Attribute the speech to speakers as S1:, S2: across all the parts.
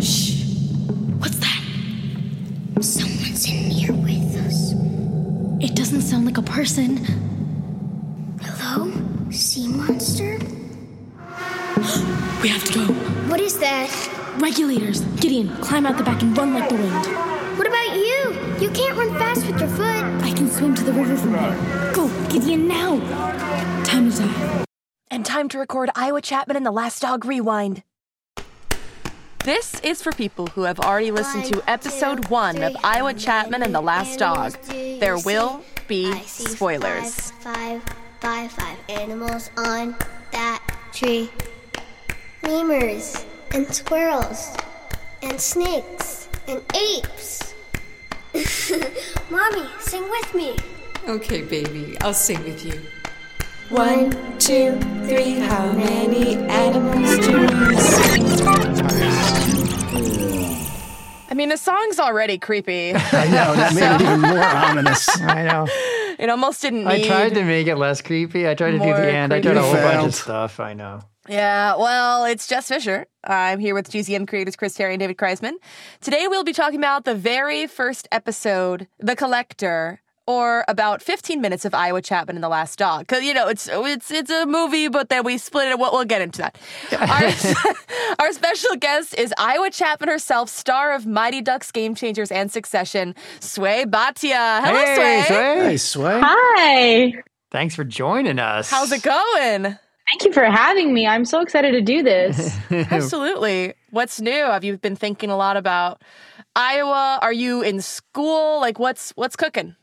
S1: Shh. What's that?
S2: Someone's in here with us.
S1: It doesn't sound like a person.
S2: Hello? Sea monster?
S1: We have to go.
S2: What is that?
S1: Regulators, Gideon, climb out the back and run like the wind.
S2: What about you? You can't run fast with your foot.
S1: I can swim to the river from here. Go, Gideon, now. Time to die.
S3: And time to record Iowa Chapman and the Last Dog Rewind. This is for people who have already listened
S2: One,
S3: to episode
S2: two,
S3: one of
S2: three,
S3: Iowa
S2: how
S3: Chapman and the
S2: many
S3: Last
S2: animals
S3: Dog.
S2: do you
S3: There
S2: see?
S3: will be
S2: I see
S3: spoilers.
S2: Five, five, five, five animals on that tree. Lemurs and squirrels and snakes and apes. Mommy, sing with me.
S4: Okay, baby, I'll sing with you.
S2: One, two,
S4: Three, how many animals do you see?
S3: I mean, the song's already creepy.
S5: I know that made it even more ominous.
S6: I know.
S3: it almost didn't
S6: I
S3: need.
S6: tried to make it less creepy. I tried to do
S3: more
S6: the end. I
S3: creepy.
S6: tried a whole
S5: You
S6: bunch
S5: failed.
S6: of stuff. I know.
S3: Yeah, well, it's Jess Fisher. I'm here with GZM creators Chris Terry and David Kreisman. Today we'll be talking about the very first episode, The Collector, or about 15 minutes of Iowa Chapman and the Last Dog. Because you know it's it's it's a movie, but then we split it. We'll, we'll get into that. Our, our special guest is Iowa Chapman herself, star of Mighty Ducks, Game Changers, and Succession, Sway Bhatia. Hello,
S6: hey,
S5: Hey,
S6: Sway.
S5: Sway.
S7: Hi.
S6: Thanks for joining us.
S3: How's it going?
S7: Thank you for having me. I'm so excited to do this.
S3: Absolutely. What's new? Have you been thinking a lot about Iowa? Are you in school? Like what's what's cooking?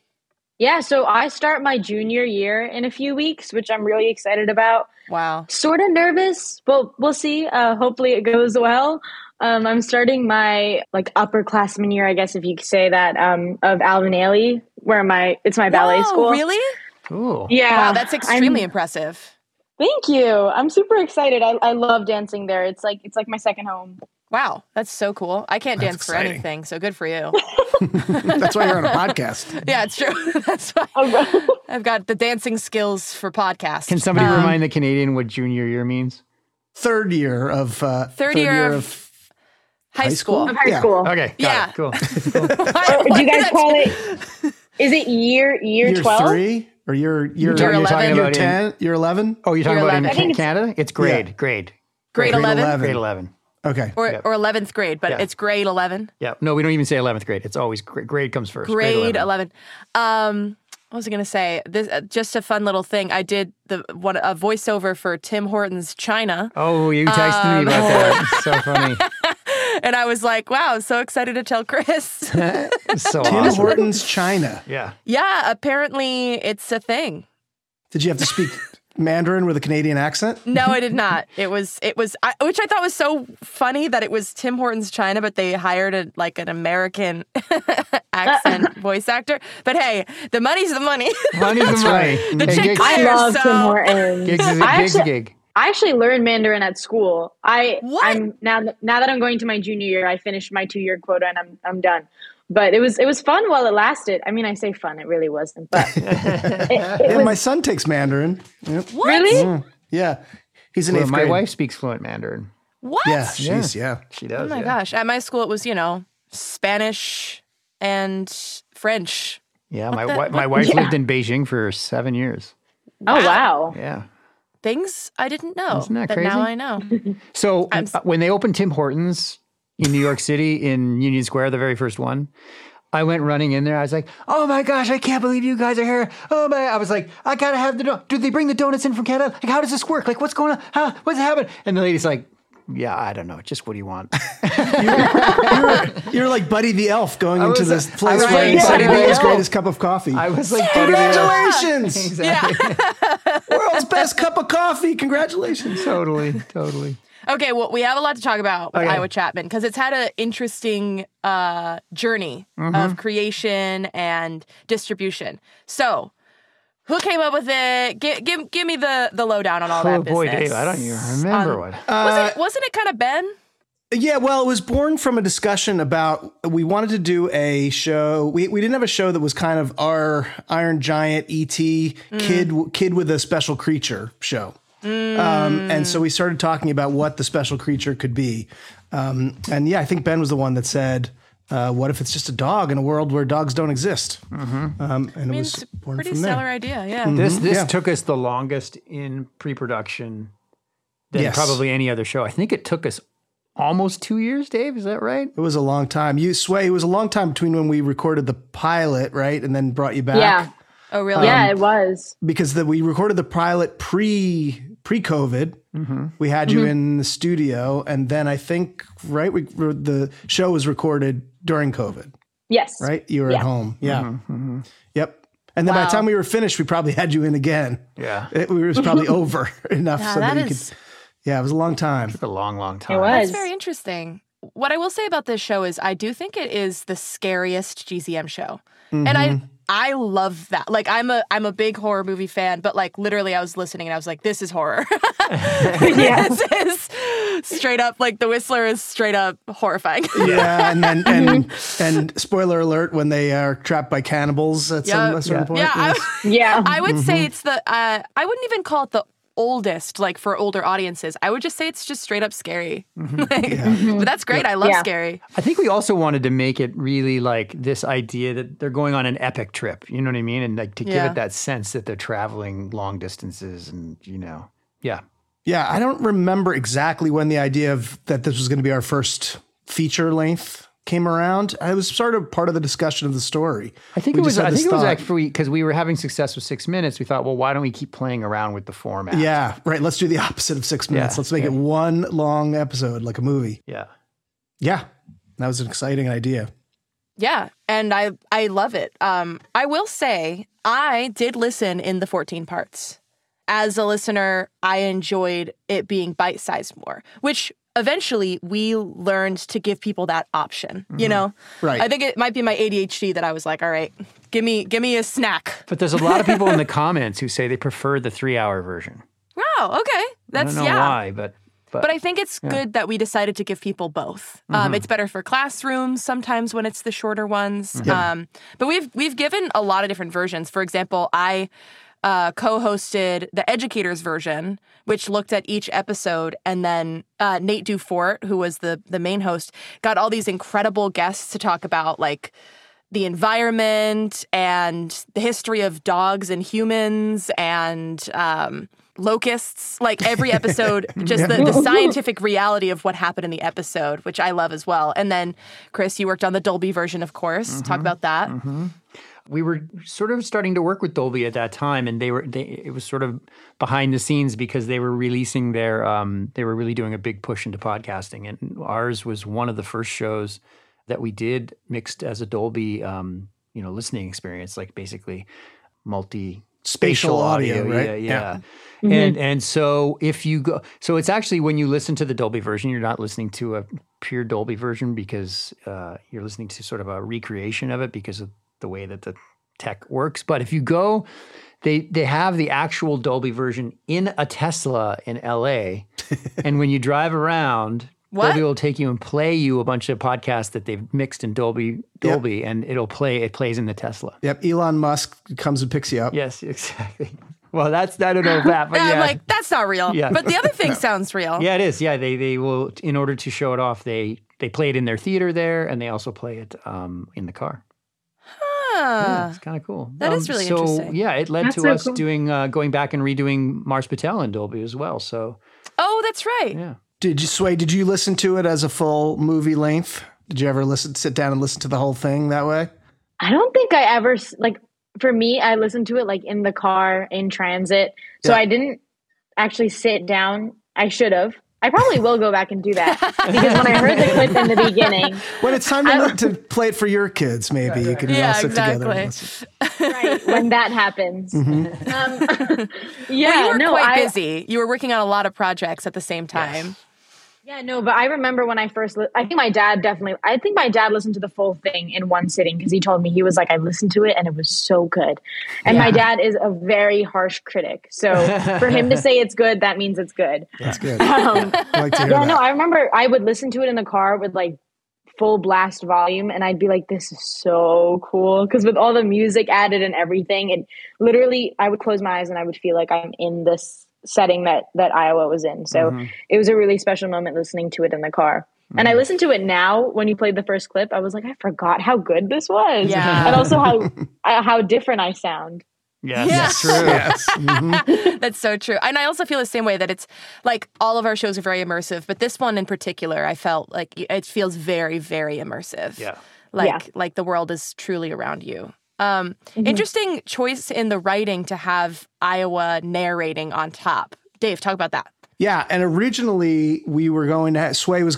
S7: yeah, so I start my junior year in a few weeks, which I'm really excited about.
S3: Wow.
S7: Sort of nervous, but we'll see. Uh, hopefully, it goes well. Um, I'm starting my like upperclassman year, I guess, if you could say that, um, of Alvin Ailey, where my it's my ballet
S3: Whoa,
S7: school.
S3: Really?
S6: Cool.
S7: Yeah,
S3: Wow, that's
S7: I'm-
S3: extremely impressive.
S7: thank you. I'm super excited. I, I love dancing there. It's like it's like my second home.
S3: Wow, that's so cool. I can't
S5: That's
S3: dance for
S5: exciting.
S3: anything, so good for you.
S5: That's why you're on a podcast.
S3: yeah, it's true. that's why
S7: Oh.
S3: I've got the dancing skills for podcasts.
S6: Can somebody
S3: Um,
S6: remind the Canadian what junior year means?
S5: Third year of uh,
S3: third, year, of high
S5: high
S3: school?
S5: school?
S7: High
S5: Yeah.
S7: school. Oh,
S6: Okay. Got
S3: Yeah.
S6: It. Cool.
S3: Why-
S7: Do
S3: why
S7: you guys
S3: did I-
S7: call it? Is it year year
S5: year
S7: twelve?
S5: three or year year
S6: You're
S5: year
S6: talking
S5: year
S6: about in-
S5: ten year eleven.
S6: Oh, you're talking
S3: Year
S6: about
S3: 11. I
S6: in
S7: think
S6: Ca-
S7: it's-
S6: Canada? It's grade.
S5: Yeah.
S6: Grade.
S3: grade
S5: Grade
S3: 11
S5: 11.
S6: Grade 11.
S5: Okay,
S3: or
S6: Yep.
S3: or 11th grade, but
S6: Yeah.
S3: it's grade 11.
S6: Yeah. No, we don't even say 11th grade. It's always gr- grade comes first.
S3: grade 11. Um, what was I going to say? This uh, just a fun little thing. I did the one a voiceover for Tim Hortons China,
S6: Oh, you texted
S3: Um,
S6: me about that. It's so funny.
S3: and I was like, "Wow, I'm so excited to tell Chris."
S6: It's so
S5: Tim
S6: awesome.
S5: Hortons China.
S6: Yeah.
S3: yeah, apparently it's a thing.
S5: Did you have to speak Mandarin with a Canadian accent?
S3: No, I did not. It was it was I, which I thought was so funny that it was Tim Hortons China, but they hired a, like an American accent voice actor. But hey, the money's the money.
S6: Money's the money.
S5: right.
S3: The
S6: And
S3: chick
S6: gigs-
S3: I
S7: I
S3: There,
S7: love
S3: so-
S7: Tim Hortons.
S6: Gigs is a
S7: I
S6: gig's a
S7: actually-
S6: gig.
S7: I actually learned Mandarin at school. I
S3: What?
S7: I'm now now that I'm going to my junior year, I finished my two year quota and I'm I'm done. But it was it was fun while it lasted. I mean, I say fun, it really wasn't, but it, it
S5: Yeah,
S7: was
S5: my son takes Mandarin. Yep.
S7: really
S5: Yeah, he's in
S6: Well,
S5: eighth
S6: my
S5: grade.
S6: wife speaks fluent Mandarin.
S3: what?
S5: Yeah, she's yeah.
S6: She does.
S3: Oh my
S6: yeah.
S3: gosh. At my school, it was, you know, Spanish and French.
S6: Yeah, my
S3: the-
S6: wi- my wife lived in Beijing for seven years.
S7: oh wow.
S6: Yeah.
S3: Things I didn't know.
S6: Isn't that
S3: now
S6: crazy?
S3: I know.
S6: So
S3: I'm s-
S6: uh, when they opened Tim Hortons in New York City in Union Square, the very first one, I went running in there. I was like, "Oh my gosh, I can't believe you guys are here!" Oh my! I was like, "I gotta have the donut." Do they bring the donuts in from Canada? Like, how does this work? Like, what's going on? How, what's happening? And the lady's like, "Yeah, I don't know. Just what do you want?"
S5: You're like Buddy the Elf going
S6: I
S5: into
S6: was-
S5: this
S6: I
S5: place
S6: was
S5: where
S6: like
S5: he's
S6: Buddy
S5: having
S6: the
S5: his
S6: Elf.
S5: greatest cup of coffee.
S6: I was like, "Buddy, they-
S5: Congratulations!
S3: Yeah.
S5: World's best cup of coffee. Congratulations.
S6: Totally, totally.
S3: Okay, well, we have a lot to talk about with
S6: Okay.
S3: Iowa Chapman because it's had an interesting uh, journey
S6: Mm-hmm.
S3: of creation and distribution. So, who came up with it? Give, give, give me the, the lowdown on all
S6: Oh
S3: that
S6: boy,
S3: business.
S6: Dave, I don't Uh, even remember
S3: Um,
S6: what.
S3: wasn't, it- wasn't it kind of Ben?
S5: Yeah, well, it was born from a discussion about we wanted to do a show. We, we didn't have a show that was kind of our Iron Giant ET kid
S3: Mm.
S5: kid with a special creature show. Um, and so we started talking about what the special creature could be. Um, and yeah, I think Ben was the one that said, uh, "What if it's just a dog in a world where dogs don't exist?" Um, and it
S3: Mm-hmm. It's
S5: was
S3: a
S5: born
S3: pretty
S5: from there. Hmm.
S3: stellar idea, yeah.
S6: This this
S5: Mm-hmm. yeah.
S6: took us the longest in pre-production than
S5: Yes.
S6: probably any other show. I think it took us almost two years, Dave. Is that right?
S5: It was a long time. You sway. It was a long time between when we recorded the pilot, right, and then brought you back.
S7: Yeah.
S3: Oh, really?
S7: yeah, it was.
S5: because the, we recorded the pilot pre pre COVID. We had you in the studio, and then I think right we the show was recorded during COVID.
S7: Yes.
S5: Right, you were at
S7: Yeah.
S5: home. Yeah. Yep. And then by the time we were finished, we probably had you in again.
S6: Yeah.
S5: It, it was probably over enough
S3: Wow,
S5: so that,
S3: that
S5: you
S3: is-
S5: could. Yeah, it was a long time.
S6: It's a long, long time.
S7: It was.
S3: That's very interesting. What I will say about this show is I do think it is the scariest GCM show. And I
S7: Mm-hmm.
S3: I love that. Like I'm a I'm a big horror movie fan, but like literally I was listening and I was like, this is horror. this is straight up like the whistler is straight up horrifying.
S5: Yeah, and then and and spoiler alert when they are trapped by cannibals at some
S3: Yeah.
S5: a certain point.
S3: yeah, I,
S5: yes.
S7: Yeah.
S3: I would
S7: Mm-hmm.
S3: say it's the uh, I wouldn't even call it the oldest like for older audiences. I would just say it's just straight up scary. Like, But that's great. I love
S7: Mm-hmm. Yeah.
S3: scary.
S6: I think we also wanted to make it really like this idea that they're going on an epic trip. You know what I mean? And like to give
S3: Yeah.
S6: it that sense that they're traveling long distances and, you know, yeah.
S5: Yeah, I don't remember exactly when the idea of that this was going to be our first feature length came around. I was sort of part of the discussion of the story.
S6: I think
S5: We
S6: it
S5: just
S6: was.
S5: had
S6: I
S5: this
S6: think it was
S5: thought.
S6: actually because we were having success with six minutes. We thought, well, why don't we keep playing around with the format?
S5: Yeah, right. Let's do the opposite of six minutes.
S6: Yeah,
S5: Let's make
S6: yeah.
S5: it one long episode, like a movie.
S6: yeah.
S5: Yeah, that was an exciting idea.
S3: Yeah, and I I love it. Um, I will say I did listen in the 14 parts. As a listener, I enjoyed it being bite-sized more, which eventually we learned to give people that option,
S6: Mm-hmm.
S3: you know?
S5: Right.
S3: I think it might be my ADHD that I was like, all right, give me give me a snack.
S6: But there's a lot of people in the comments who say they prefer the three-hour version.
S3: Wow, okay. That's
S6: I don't know
S3: yeah.
S6: why, but but,
S3: But I think it's good that we decided to give people both. Um, it's better for classrooms sometimes when it's the shorter ones. Um, but we've we've given a lot of different versions. For example, I uh, co-hosted the educators version, which looked at each episode, and then uh, Nate Dufort, who was the the main host, got all these incredible guests to talk about like the environment and the history of dogs and humans and um, locusts. Like every episode, just the, the scientific reality of what happened in the episode, which I love as well. And then, Chris, you worked on the Dolby version, of course.
S6: Mm-hmm.
S3: Talk about that.
S6: we were sort of starting to work with Dolby at that time, and they were they, it was sort of behind the scenes because they were releasing their um, they were really doing a big push into podcasting, and ours was one of the first shows that we did mixed as a Dolby um, you know listening experience, like basically multi
S5: Spatial audio, right?
S6: yeah, yeah. And and so if you go, so it's actually when you listen to the Dolby version, you're not listening to a pure Dolby version because uh, you're listening to sort of a recreation of it because of the way that the tech works. But if you go, they they have the actual Dolby version in a Tesla in L.A. and when you drive around.
S3: What?
S6: Dolby will take you and play you a bunch of podcasts that they've mixed in Dolby, Dolby, and it'll play. It plays in the Tesla.
S5: Yep, Elon Musk comes and picks you up.
S6: Yes, exactly. Well, that's I don't know that, but
S3: And
S6: yeah,
S3: I'm like, that's not real.
S6: Yeah.
S3: But the other thing sounds real.
S6: yeah, it is. Yeah, they they will in order to show it off. They they play it in their theater there, and they also play it um, in the car. yeah,
S3: Huh.
S6: it's kind of cool.
S3: Uh,
S6: Um,
S3: that is really
S6: so,
S3: interesting.
S6: Yeah, it led
S7: That's
S6: to
S7: so
S6: us
S7: cool.
S6: doing uh, going back and redoing Mars Patel in Dolby as well. So
S3: Oh, that's right.
S6: yeah,
S5: Did you sway? Did you listen to it as a full movie length? Did you ever listen, sit down and listen to the whole thing that way?
S7: I don't think I ever s- like for me I listened to it like in the car in transit. So
S5: Yeah.
S7: I didn't actually sit down. I should have. I probably will go back and do that because when I heard the clip in the beginning,
S5: When it's time to, to play it for your kids, maybe you can all
S3: Yeah,
S5: sit together. and
S3: exactly.
S5: listen.
S7: when that happens. Um, yeah,
S3: Mm-hmm. you were
S7: no,
S3: quite
S7: I
S3: busy. You were working on a lot of projects at the same time.
S7: Yeah, no, but I remember when I first, li- I think my dad definitely, I think my dad listened to the full thing in one sitting because he told me, he was like, I listened to it and it was so good. And my dad is a very harsh critic. So for him to say it's good, that means it's good.
S5: That's good.
S7: Um,
S5: I like to hear
S7: yeah,
S5: that.
S7: no, I remember I would listen to it in the car with like full blast volume, and I'd be like, "This is so cool!" Because with all the music added and everything, and literally, I would close my eyes and I would feel like I'm in this setting that that Iowa was in. So it was a really special moment listening to it in the car. And I listened to it now when you played the first clip. I was like, I forgot how good this was,
S3: Yeah.
S7: and also how uh, how different I sound.
S6: Yes,
S3: Yeah.
S6: that's true.
S5: Mm-hmm.
S3: That's so true. And I also feel the same way that it's like all of our shows are very immersive, but this one in particular, I felt like it feels very, very immersive.
S6: Yeah.
S3: Like
S7: Yeah.
S3: like the world is truly around you. Um, interesting choice in the writing to have Iowa narrating on top. Dave, talk about that.
S5: Yeah, and originally we were going to Sway was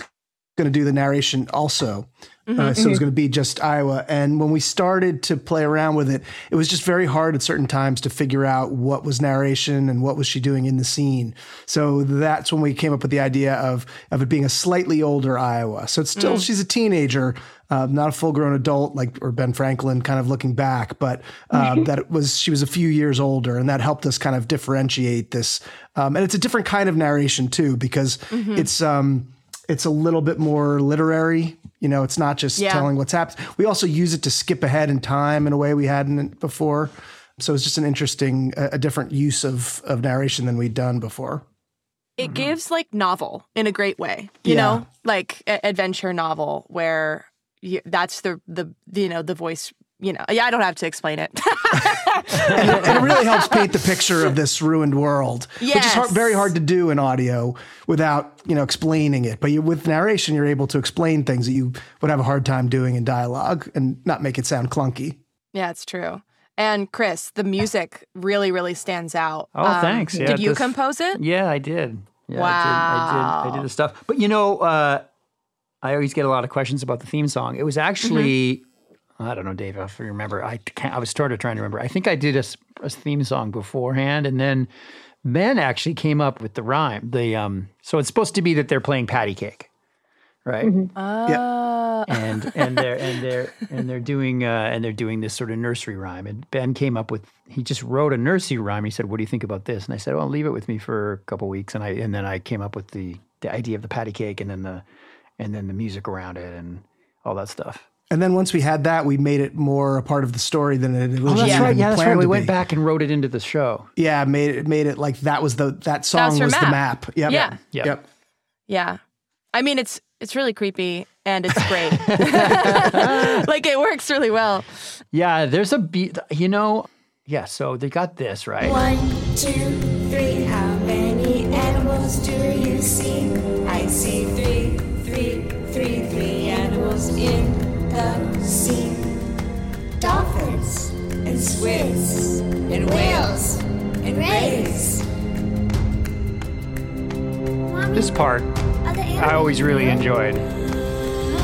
S5: going to do the narration also. Uh, so it was going to be just Iowa. And when we started to play around with it, it was just very hard at certain times to figure out what was narration and what was she doing in the scene. So that's when we came up with the idea of of it being a slightly older Iowa. So it's still she's a teenager, uh, not a full grown adult like or Ben Franklin, kind of looking back, but uh, that it was she was a few years older, and that helped us kind of differentiate this. Um, and it's a different kind of narration too because it's. Um, it's a little bit more literary. You know, it's not just
S3: Yeah.
S5: telling what's happened. We also use it to skip ahead in time in a way we hadn't before. So it's just an interesting, a, a different use of of narration than we'd done before.
S3: It
S6: Mm-hmm.
S3: gives like novel in a great way, you
S5: Yeah.
S3: know, like a- adventure novel where you, that's the the you know the voice. You know, yeah, I don't have to explain it.
S5: And, it- and it really helps paint the picture of this ruined world, which is hard,
S3: Yes.
S5: very hard to do in audio without you know explaining it. But you, with narration, you're able to explain things that you would have a hard time doing in dialogue and not make it sound clunky.
S3: Yeah, it's true. And Chris, the music really, really stands out. Um,
S6: Oh, thanks. Yeah,
S3: did you
S6: this-
S3: compose it?
S6: Yeah, I did. Yeah, I did. I did. I
S3: Wow.
S6: did the stuff. But you know, uh, I always get a lot of questions about the theme song. It was
S3: Mm-hmm.
S6: actually, I don't know, Dave, if you remember, I can't, I was started trying to remember. I think I did a, s- a theme song beforehand, and then Ben actually came up with the rhyme. The um, so it's supposed to be that they're playing patty cake, right?
S3: Mm-hmm. Uh,
S6: and and they're and they're and they're doing uh, and they're doing this sort of nursery rhyme. And Ben came up with he just wrote a nursery rhyme. He said, "What do you think about this?" And I said, "Well, leave it with me for a couple weeks." And I and then I came up with the the idea of the patty cake and then the and then the music around it and all that stuff.
S5: And then once we had that, we made it more a part of the story than it originally
S6: Oh, that's
S5: even
S6: right. Yeah, that's
S5: planned
S6: right. We
S5: to
S6: went
S5: be.
S6: back and wrote it into the show.
S5: Yeah, made it made it like that was the that song
S3: her
S5: was the
S3: map.
S5: map. Yep.
S3: Yeah.
S6: Yeah.
S5: Yep.
S3: yeah. I mean, it's it's really creepy and it's great. like it works really well.
S6: Yeah, there's a beat. You know, yeah. So they got this right.
S4: One, two, three. How many animals do you see? I see three, three, three, three animals in the sea. Dolphins and squids and whales and rays.
S2: Mommy,
S6: This part
S2: are the
S6: I always really
S2: animals
S6: enjoyed.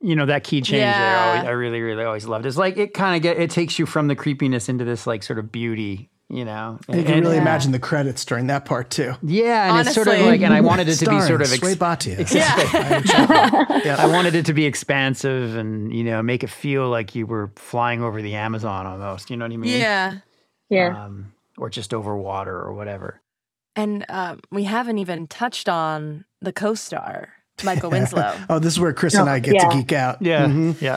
S6: You know that key change there. I, always,
S3: Yeah.
S6: I really, really always loved. It's like it kind of get it takes you from the creepiness into this like sort of beauty. You know,
S5: You can really
S6: yeah,
S5: imagine the credits during that part too.
S6: and it's sort of
S3: Honestly.
S6: like, and I wanted it to be sort of
S5: Starring Sway
S6: ex-
S5: Bhatia.
S6: I wanted it to be expansive and you know make it feel like you were flying over the Amazon almost. You know what I mean?
S3: Yeah.
S7: Yeah.
S6: Um, or just over water or whatever.
S3: And um, we haven't even touched on the co-star Michael Winslow.
S5: Oh, this is where Chris and I get
S7: Yeah.
S5: to geek out. Mm-hmm.
S6: Yeah, yeah.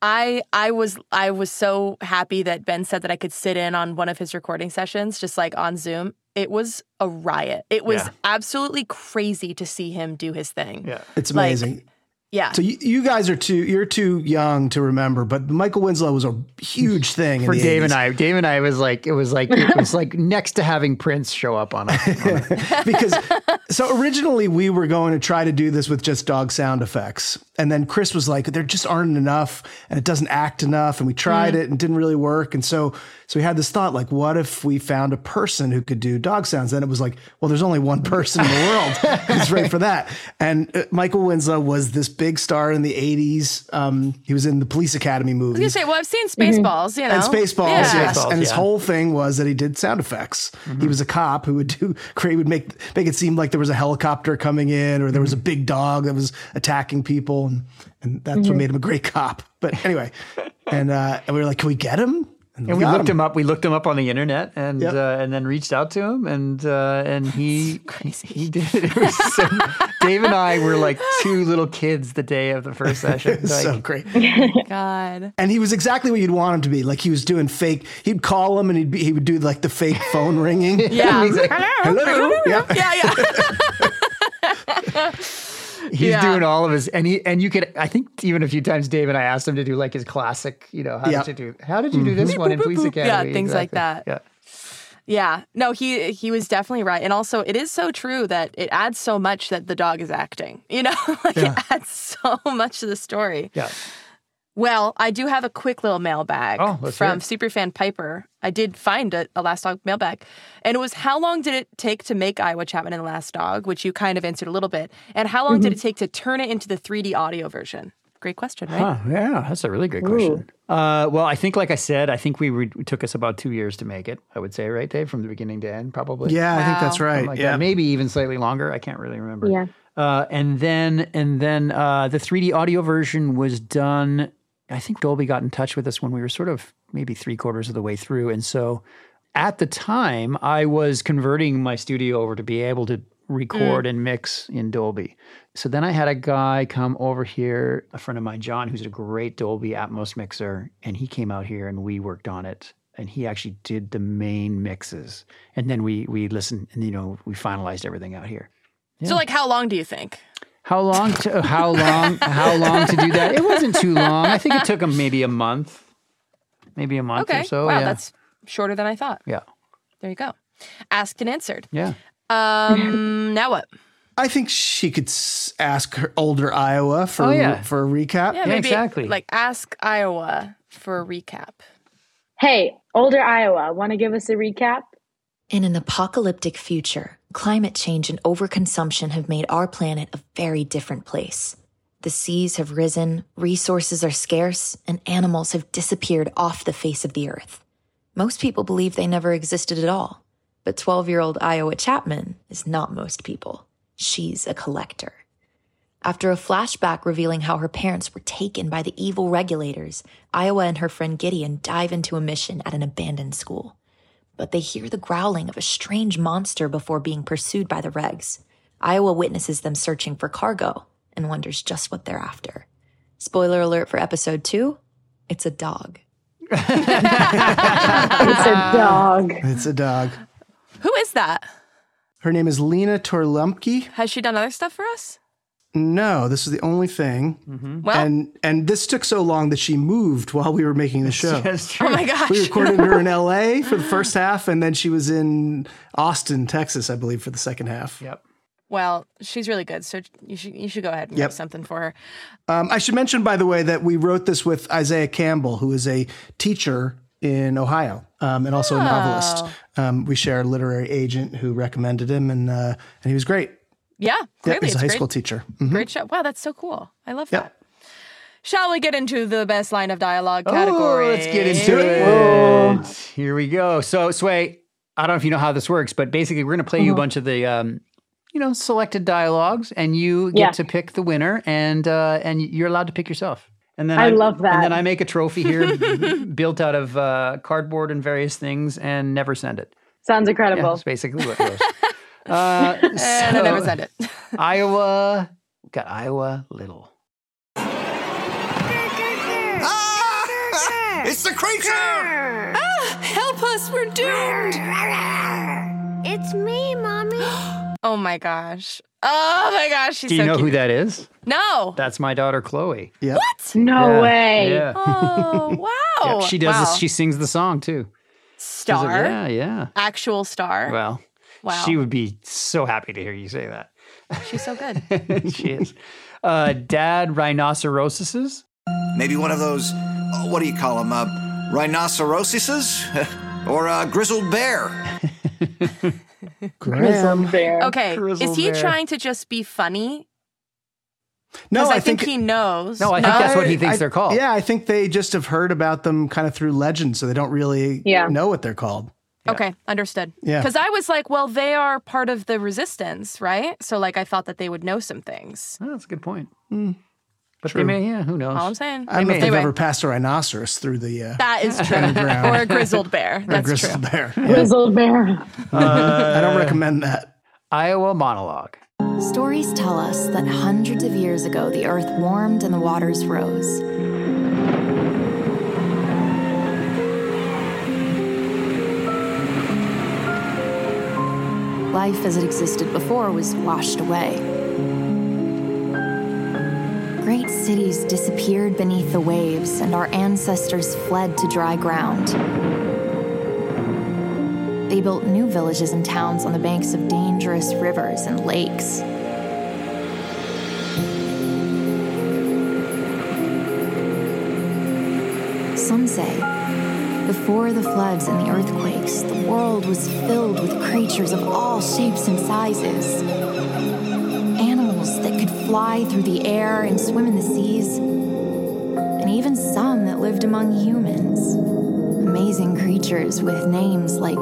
S3: I I was I was so happy that Ben said that I could sit in on one of his recording sessions just like on Zoom. It was a riot. It was
S6: Yeah.
S3: absolutely crazy to see him do his thing.
S6: Yeah.
S5: It's
S3: Like-
S5: amazing.
S3: Yeah.
S5: so you, you guys are too you're too young to remember, but Michael Winslow was a huge thing
S6: for
S5: in the
S6: Dave
S5: 80s.
S6: and I. Dave and I was like, it was like, it was like next to having Prince show up on a
S5: because so originally we were going to try to do this with just dog sound effects and then chris was like there just aren't enough and it doesn't act enough and we tried
S3: Mm.
S5: it and didn't really work and so so we had this thought like what if we found a person who could do dog sounds and it was like well there's only one person in the world who's right for that and uh, michael winslow was this big star in the 80s. Um, he was in the Police Academy
S3: I
S5: movies.
S3: was gonna say, well, I've seen Spaceballs, you know.
S5: And Spaceballs,
S3: Yeah.
S5: yes.
S6: Spaceballs,
S5: and his
S6: yeah.
S5: whole thing was that he did sound effects. He was a cop who would do create would make make it seem like there was a helicopter coming in or there was a big dog that was attacking people and, and that's what made him a great cop. But anyway, and uh, and we were like, Can we get him?
S6: And we
S5: got
S6: looked him up. We looked him up on the internet, and
S5: Yep.
S6: uh, and then reached out to him, and uh, and he he did. It was so, Dave and I were like two little kids the day of the first session. Like,
S5: so great.
S3: Oh God.
S5: And he was exactly what you'd want him to be. Like he was doing fake. He'd call him and he'd be, he would do like the fake phone ringing.
S3: Yeah.
S6: He's like,
S3: Hello.
S5: Hello. Yeah.
S3: Yeah, yeah.
S6: he's
S3: Yeah.
S6: doing all of his, and he and you could. I think even a few times Dave and I asked him to do like his classic. You know, how
S5: Yeah. Mm-hmm.
S6: did you do? How did you do this one in
S3: boop,
S6: Police
S3: boop. Yeah,
S6: Academy?
S3: things like
S6: Exactly. Yeah.
S3: Yeah. No, he he was definitely right. And also it is so true that it adds so much that the dog is acting. You know? like
S5: Yeah.
S3: it adds so much to the story.
S6: Yeah.
S3: Well, I do have a quick little mailbag
S6: Oh, let's hear
S3: from
S6: it.
S3: Superfan Piper. I did find a, a Last Dog mailbag. And it was how long did it take to make Iowa Chapman and the Last Dog, which you kind of answered a little bit. And how long did
S6: Mm-hmm.
S3: it take to turn it into the 3D audio version? Great question, right?
S6: Huh, yeah, that's a really good question. Uh, well, I think, like I said, I think we re- it took us about two years to make it. I would say, right, Dave, from the beginning to end, probably.
S5: I think that's
S3: Wow.
S5: right.
S6: Something like
S5: yeah.
S6: that. maybe even slightly longer. I can't really remember.
S7: Yeah.
S6: Uh, and then and then uh, the 3D audio version was done. I think Dolby got in touch with us when we were sort of maybe three quarters of the way through, and so at the time I was converting my studio over to be able to record and mix in Dolby. So then I had a guy come over here, a friend of mine, John, who's a great Dolby Atmos mixer, and he came out here and we worked on it. And he actually did the main mixes, and then we we listened and you know we finalized everything out here.
S3: So like how long do you think?
S6: How long? To, how long? How long to do that? It wasn't too long. I think it took him maybe a month, maybe a month
S3: Okay.
S6: or so.
S3: wow,
S6: yeah.
S3: that's shorter than I thought.
S6: yeah,
S3: There you go. Asked and answered.
S6: yeah.
S3: Um, now what?
S5: I think she could s- ask her older Iowa for
S6: Oh, yeah.
S5: for a recap.
S3: Yeah, maybe
S6: exactly.
S3: like ask Iowa for a recap.
S7: Hey, older Iowa, want to give us a recap?
S8: In an apocalyptic future, climate change and overconsumption have made our planet a very different place. The seas have risen, resources are scarce, and animals have disappeared off the face of the earth. Most people believe they never existed at all. But 12 year old Iowa Chapman is not most people. She's a collector. After a flashback revealing how her parents were taken by the evil regulators, Iowa and her friend Gideon dive into a mission at an abandoned school but they hear the growling of a strange monster before being pursued by the regs. Iowa witnesses them searching for cargo and wonders just what they're after. Spoiler alert for episode two it's a dog.
S7: It's a dog.
S5: It's a dog.
S3: Who is that?
S5: Her name is Lena Torlumpke.
S3: Has she done other stuff for us?
S5: No, this is the only thing.
S3: Well,
S5: And and this took so long that she moved while we were making the show.
S6: That's true.
S3: oh my gosh.
S5: We recorded her in LA for the first half, and then she was in Austin, Texas, I believe, for the second half.
S6: Yep.
S3: Well, she's really good, so you should you should go ahead and
S5: Yep.
S3: write something for her.
S5: Um, I should mention, by the way, that we wrote this with Isaiah Campbell, who is a teacher in Ohio um, and
S3: Oh.
S5: also a novelist. Um, we share a literary agent who recommended him, and uh, and he was great.
S3: Yeah,
S5: Yep,
S3: clearly
S5: he's
S3: it's
S5: a high
S3: great,
S5: school teacher. Mhm.
S3: great show. Wow, that's so cool. I love
S5: Yep.
S3: that. Shall we get into the best line of dialogue category?
S6: Oh, let's get into it. Here we go. So, Sway, I don't know if you know how this works, but basically, we're going to play
S7: Mm-hmm.
S6: you a bunch of the, um, you know, selected dialogues, and you get
S7: Yeah.
S6: to pick the winner, and uh, and you're allowed to pick yourself. And then
S7: I love that.
S6: And then I make a trophy here, built out of uh, cardboard and various things, and never send it.
S7: Sounds
S6: Yeah,
S7: incredible.
S6: that's basically what it was. Uh,
S3: And I never
S6: so-
S3: said it.
S6: Iowa got Iowa Little.
S9: It's the creature!
S1: Help us, we're doomed!
S2: It's me, Mommy.
S3: Oh my gosh. Oh my gosh. She's
S6: Do you
S3: so
S6: know
S3: cute.
S6: who that is?
S7: No.
S6: That's my daughter Chloe.
S5: Yep.
S7: No
S6: Yeah,
S7: way.
S6: Yeah.
S3: Oh wow.
S6: Yep, she does. This,
S3: Wow.
S6: she sings the song too. She's a-
S3: star.
S6: yeah, yeah.
S3: Actual star.
S6: Well,
S3: Wow.
S6: she would be so happy to hear you say that.
S3: She's so good.
S6: she is. Uh, dad rhinoceroses.
S9: Maybe one of those, uh, what do you call them, uh, rhinoceroses? or a grizzled bear?
S5: Graham.
S7: Grizzled bear.
S3: Okay.
S6: Grizzle
S3: Is he
S6: bear.
S3: trying to just be funny?
S5: No,
S3: 'Cause
S5: I,
S3: I think he knows.
S6: No, I think that's what he thinks they're called.
S5: Yeah, I think they just have heard about them kind of through legend, so they don't really
S7: Yeah.
S5: know what they're called.
S3: Okay, understood.
S5: Yeah.
S3: Because I was like, well, they are part of the resistance, right? So like, I thought that they would know some things.
S6: Oh, that's a good point.
S3: Hmm.
S6: But they may, yeah, who knows?
S3: All I'm saying.
S5: I don't know if they've
S3: Anyway,
S5: ever passed a rhinoceros through the uh,
S3: That is true.
S5: Brown.
S3: or a grizzled bear. That's
S5: grizzled
S3: true.
S5: bear.
S7: Grizzled bear.
S6: Uh,
S5: I don't recommend that.
S6: Iowa monologue.
S8: Stories tell us that hundreds of years ago, the earth warmed and the waters rose. Life as it existed before was washed away. Great cities disappeared beneath the waves, and our ancestors fled to dry ground. They built new villages and towns on the banks of dangerous rivers and lakes. Some say, before the floods and the earthquakes, the world was filled with creatures of all shapes and sizes. Animals that could fly through the air and swim in the seas, and even some that lived among humans amazing creatures with names like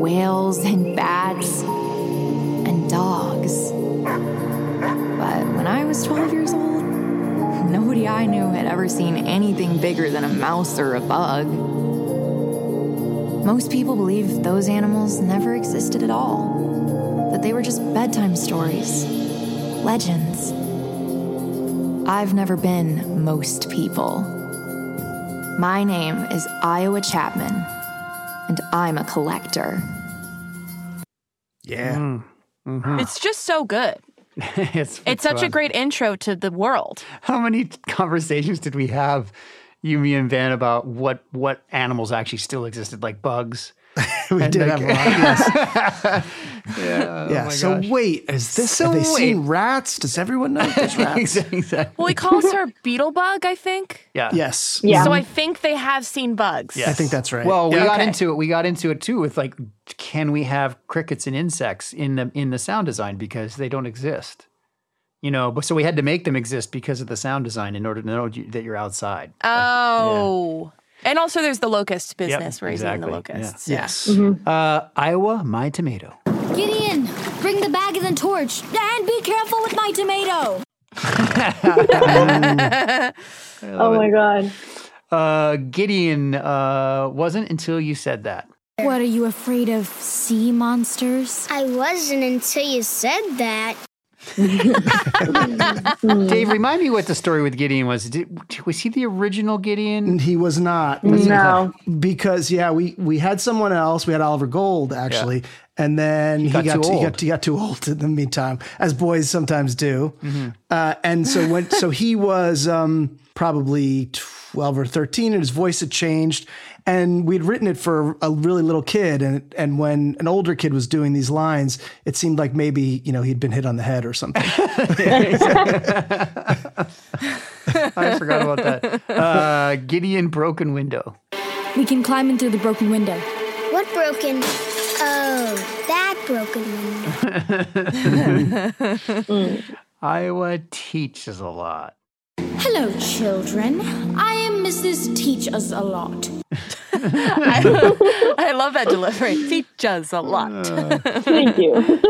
S8: whales and bats and dogs. But when I was 12 years old, nobody I knew had ever seen anything bigger than a mouse or a bug. Most people believe those animals never existed at all, that they were just bedtime stories, legends. I've never been most people. My name is Iowa Chapman, and I'm a collector.
S5: Yeah.
S6: Mm.
S3: It's just so good.
S6: it's
S3: It's such a
S6: fun.
S3: great intro to the world.
S6: How many conversations did we have, you, me, and Van, about what what animals actually still existed, like bugs?
S5: We did
S6: like-
S5: have a lot. Yes.
S6: Yeah. Oh
S5: yeah. so wait, is this? have they
S6: So
S5: seen rats? Does everyone know there's rats?
S3: Well, he calls her Beetlebug, I think.
S6: Yeah.
S5: Yes.
S7: Yeah.
S3: So I think they have seen bugs.
S5: I think that's right.
S6: Well, we
S5: Yeah.
S6: got
S3: Okay.
S6: into it. We got into it too with like, can we have crickets and insects in the in the sound design because they don't exist, you know? But so we had to make them exist because of the sound design in order to know you, that you're outside.
S3: Um, Oh. And also, there's the locust business where he's eating the
S6: exactly. Yeah.
S3: locusts.
S5: yes.
S6: Uh, Iowa, my tomato.
S1: Gideon, bring the bag and the torch. And be careful with my tomato.
S7: Oh my god.
S6: Uh, Gideon uh, wasn't until you said that.
S1: What, are you afraid of sea monsters?
S2: I wasn't until you said that.
S6: Dave, remind me what the story with Gideon was. Did, was he the original Gideon?
S5: And he was not.
S7: No.
S5: because yeah, we we had someone else. We had Oliver Gold actually, and then he,
S6: got
S5: got,
S6: too
S5: to, he
S6: old.
S5: got he got too old in the meantime, as boys sometimes do. Uh, and so when so he was um, probably twelve or thirteen, and his voice had changed. And we'd written it for a really little kid, and and when an older kid was doing these lines, it seemed like maybe you know he'd been hit on the head or something.
S6: I forgot about that. Uh, Gideon broken window.
S1: We can climb in through the broken window.
S2: What broken? Oh, that broken window.
S6: Iowa teaches a lot.
S1: Hello, children. I am Mrs. Teach Us a Lot.
S3: I love that delivery. Teaches a lot.
S7: Thank you.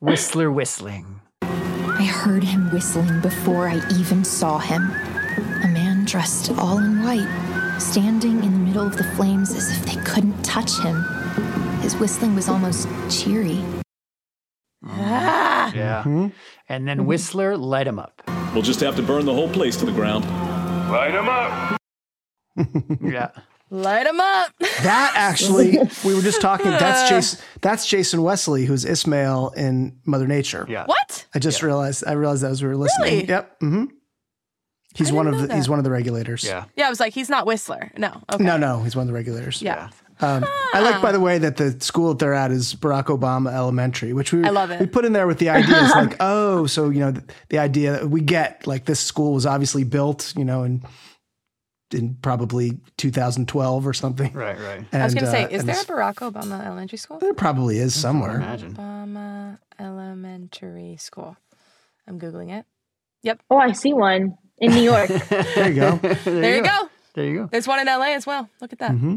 S6: Whistler whistling.
S8: I heard him whistling before I even saw him. A man dressed all in white, standing in the middle of the flames as if they couldn't touch him. His whistling was almost cheery.
S6: Yeah. And then Whistler light him up.
S10: We'll just have to burn the whole place to the ground. Light them up!
S6: Yeah.
S3: Light him up.
S5: That actually, we were just talking. That's Jason. That's Jason Wesley, who's Ismail in Mother Nature.
S6: Yeah.
S3: What?
S5: I just realized. I realized that as we were listening.
S3: Really?
S5: Yep. hmm He's one of
S3: know
S5: the. He's
S3: that.
S5: one of the regulators.
S6: Yeah.
S3: Yeah, I was like, he's not Whistler. No. Okay.
S5: No, no, he's one of the regulators.
S3: Yeah.
S5: Um, I like, by the way, that the school that they're at is Barack Obama Elementary, which we
S3: I love it.
S5: we put in there with the ideas like, oh, so you know, the, the idea that we get like this school was obviously built, you know, in in probably 2012 or something.
S6: Right, right.
S3: I was
S5: And,
S3: going to say,
S5: uh,
S3: is
S5: and
S3: there a
S5: this-
S3: Barack Obama elementary school?
S5: There probably is somewhere.
S6: Imagine.
S3: Obama elementary school. I'm Googling it. Yep.
S7: Oh, I see one in New York.
S5: There you go.
S3: There, you go.
S6: There you go.
S3: There's one in LA as well. Look at that.
S6: Mm-hmm.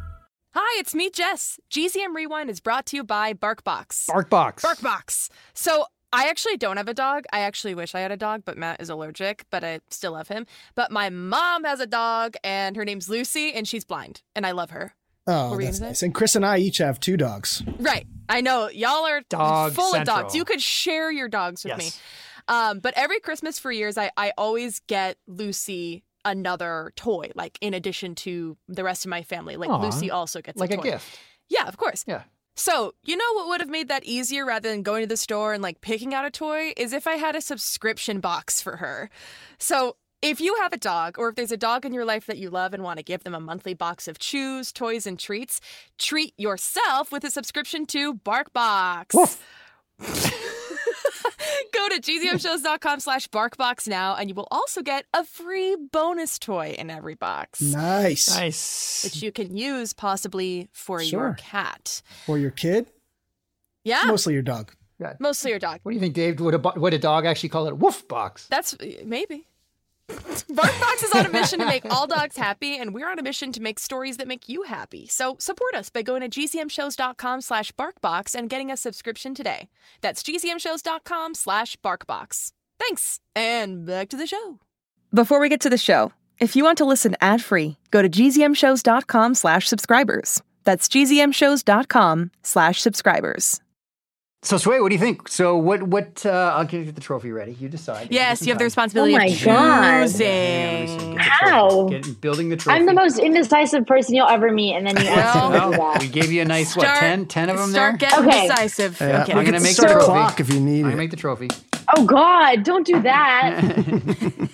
S3: Hi, it's me, Jess. GZM Rewind is brought to you by BarkBox.
S6: Barkbox.
S3: BarkBox. So I actually don't have a dog. I actually wish I had a dog, but Matt is allergic, but I still love him. But my mom has a dog, and her name's Lucy, and she's blind, and I love her.
S5: Oh, that's nice. And Chris and I each have two dogs.
S3: Right. I know y'all are
S5: Dog
S3: full of dogs.
S5: central.
S3: You could share your dogs with me.
S5: Yes.
S3: Um, but every Christmas for years, I, I always get Lucy another toy, like in addition to the rest of my family. Like
S6: Aw.
S3: Lucy also gets
S6: Like
S3: a,
S6: a
S3: toy.
S6: gift.
S3: Yeah, of course.
S6: Yeah.
S3: So, you know what would have made that easier rather than going to the store and like picking out a toy is if I had a subscription box for her. So, if you have a dog or if there's a dog in your life that you love and want to give them a monthly box of chews, toys, and treats, treat yourself with a subscription to BarkBox. Go to gzmshows.com slash barkbox now and you will also get a free bonus toy in every box.
S5: Nice.
S6: Nice.
S3: Which you can use possibly for your
S5: Sure.
S3: cat.
S5: Or your kid?
S3: Yeah.
S5: Mostly your dog.
S3: Mostly your dog.
S6: What do you think, Dave? Would a, bo- would a dog actually call it a woof box?
S3: That's maybe. BarkBox is on a mission to make all dogs happy, and we're on a mission to make stories that make you happy. So support us by going to gcmshows.com slash barkbox and getting a subscription today. That's gcmshows.com slash barkbox. Thanks, and back to the show. Before we get to the show, if you want to listen ad-free, go to gzmshows.com slash subscribers. That's gzmshows.com slash subscribers.
S6: So, Sway, what do you think? So, what? What? Uh, I'll get get the trophy ready. You decide.
S3: Yes, you have the responsibility
S7: Oh my
S3: of
S7: God.
S3: choosing.
S7: Oh How?
S6: Get, building the trophy.
S7: I'm the most indecisive person you'll ever meet, and then you ask me to do
S6: well,
S7: that.
S6: Oh, we gave you a nice what?
S7: Start-
S6: 10? 10 of them
S7: start
S6: there.
S7: getting Okay.
S3: decisive.
S6: Yeah,
S5: Okay.
S6: I'm
S5: We
S6: gonna
S5: can
S6: make the
S5: start
S6: trophy.
S5: clock if you need
S6: I'm
S5: it.
S6: gonna make the trophy.
S7: Oh God, don't do that.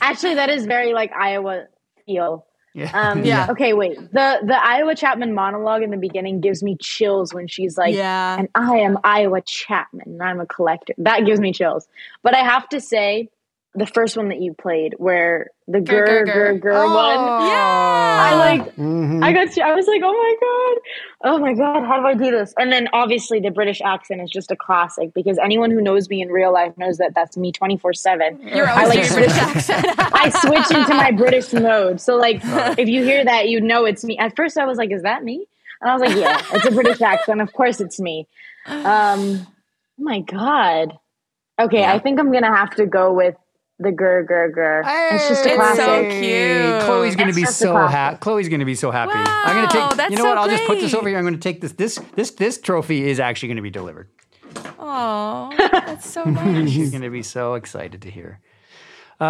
S7: Actually, that is very like Iowa feel.
S6: Yeah.
S7: Um,
S3: Yeah.
S7: Okay, wait. The the Iowa Chapman monologue in the beginning gives me chills when she's like,
S3: Yeah.
S7: and I am Iowa Chapman and I'm a collector. That gives me chills. But I have to say, the first one that you played, where the
S3: Grr, grr,
S7: grr
S3: grr.
S7: grr grr one, I like. I got. I was like, oh my god, oh my god, how do I do this? And then obviously the British accent is just a classic because anyone who knows me in real life knows that that's me twenty four seven.
S3: You're always doing British accent.
S7: I switch into my British mode. So like, if you hear that, you know it's me. At first, I was like, is that me? And I was like, yeah, it's a British accent. Of course, it's me. Um, oh my god. Okay, I think I'm gonna have to go with the grr grr grr. it's just a classic.
S6: Hey, Chloe's gonna
S7: It's
S6: be
S7: just a
S6: so
S7: classic.
S6: happy. Chloe's gonna be so happy. I'm gonna
S3: Wow,
S6: take.
S3: that's
S6: you know
S3: so
S6: what? I'll just put this
S3: great.
S6: over here. I'm gonna take this. This this this trophy is actually gonna be delivered.
S3: Oh, that's so nice.
S6: She's gonna be so excited to hear. Uh, All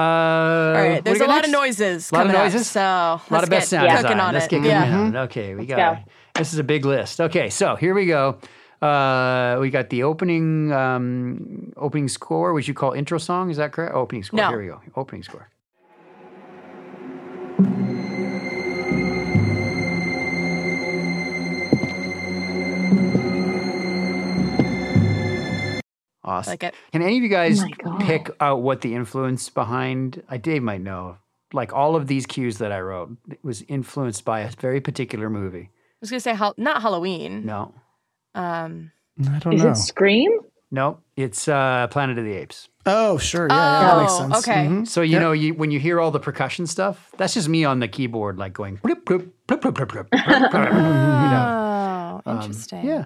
S3: All right, there's a lot of noises.
S6: A lot of
S3: coming up,
S6: noises.
S3: so a
S6: a lot of best sound
S3: cooking
S6: design.
S3: on
S6: Let's
S3: it.
S6: get
S3: yeah.
S6: cooking on it. Okay, we
S3: Let's
S6: got
S3: go.
S6: this is a big list. Okay, so here we go. Uh, we got the opening um, opening score, which you call intro song. Is that correct? Opening score.
S3: No.
S6: Here we go. Opening score. Awesome.
S3: Like it.
S6: Can any of you guys
S3: my God.
S6: pick out what the influence behind? I Dave might know. Like all of these cues that I wrote was influenced by a very particular
S3: I
S6: movie.
S3: was gonna say hal- not Halloween.
S6: No,
S3: Um,
S5: I don't
S6: Is it
S5: know.
S7: Scream?
S6: no, it's uh, Planet of the Apes.
S5: Oh, sure. Yeah, yeah, that makes
S3: Oh,
S5: sense.
S3: okay.
S5: Mhm.
S6: So you know, you, when you hear all the percussion stuff, that's just me on the keyboard, like going. bloop, bloop, bloop, bloop, bloop, bloop, bloop, bloop, bloop, you know.
S3: oh,
S6: Um,
S3: interesting.
S6: yeah.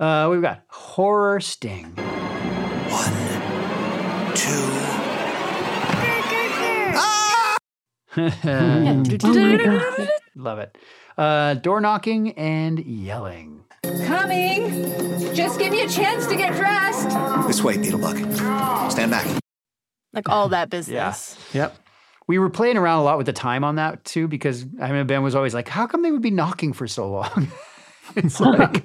S6: Uh, we've got horror sting.
S3: Oh
S6: One, two. Love it. Uh, door knocking and yelling.
S11: Coming! Just give me a chance to get dressed!
S9: This way, Beetlebuck. Stand back.
S3: Like all that business.
S5: Yep.
S6: We were playing around a lot with the time on that too, because I remember Ben was always like, "How come they would be knocking for so long?" it's like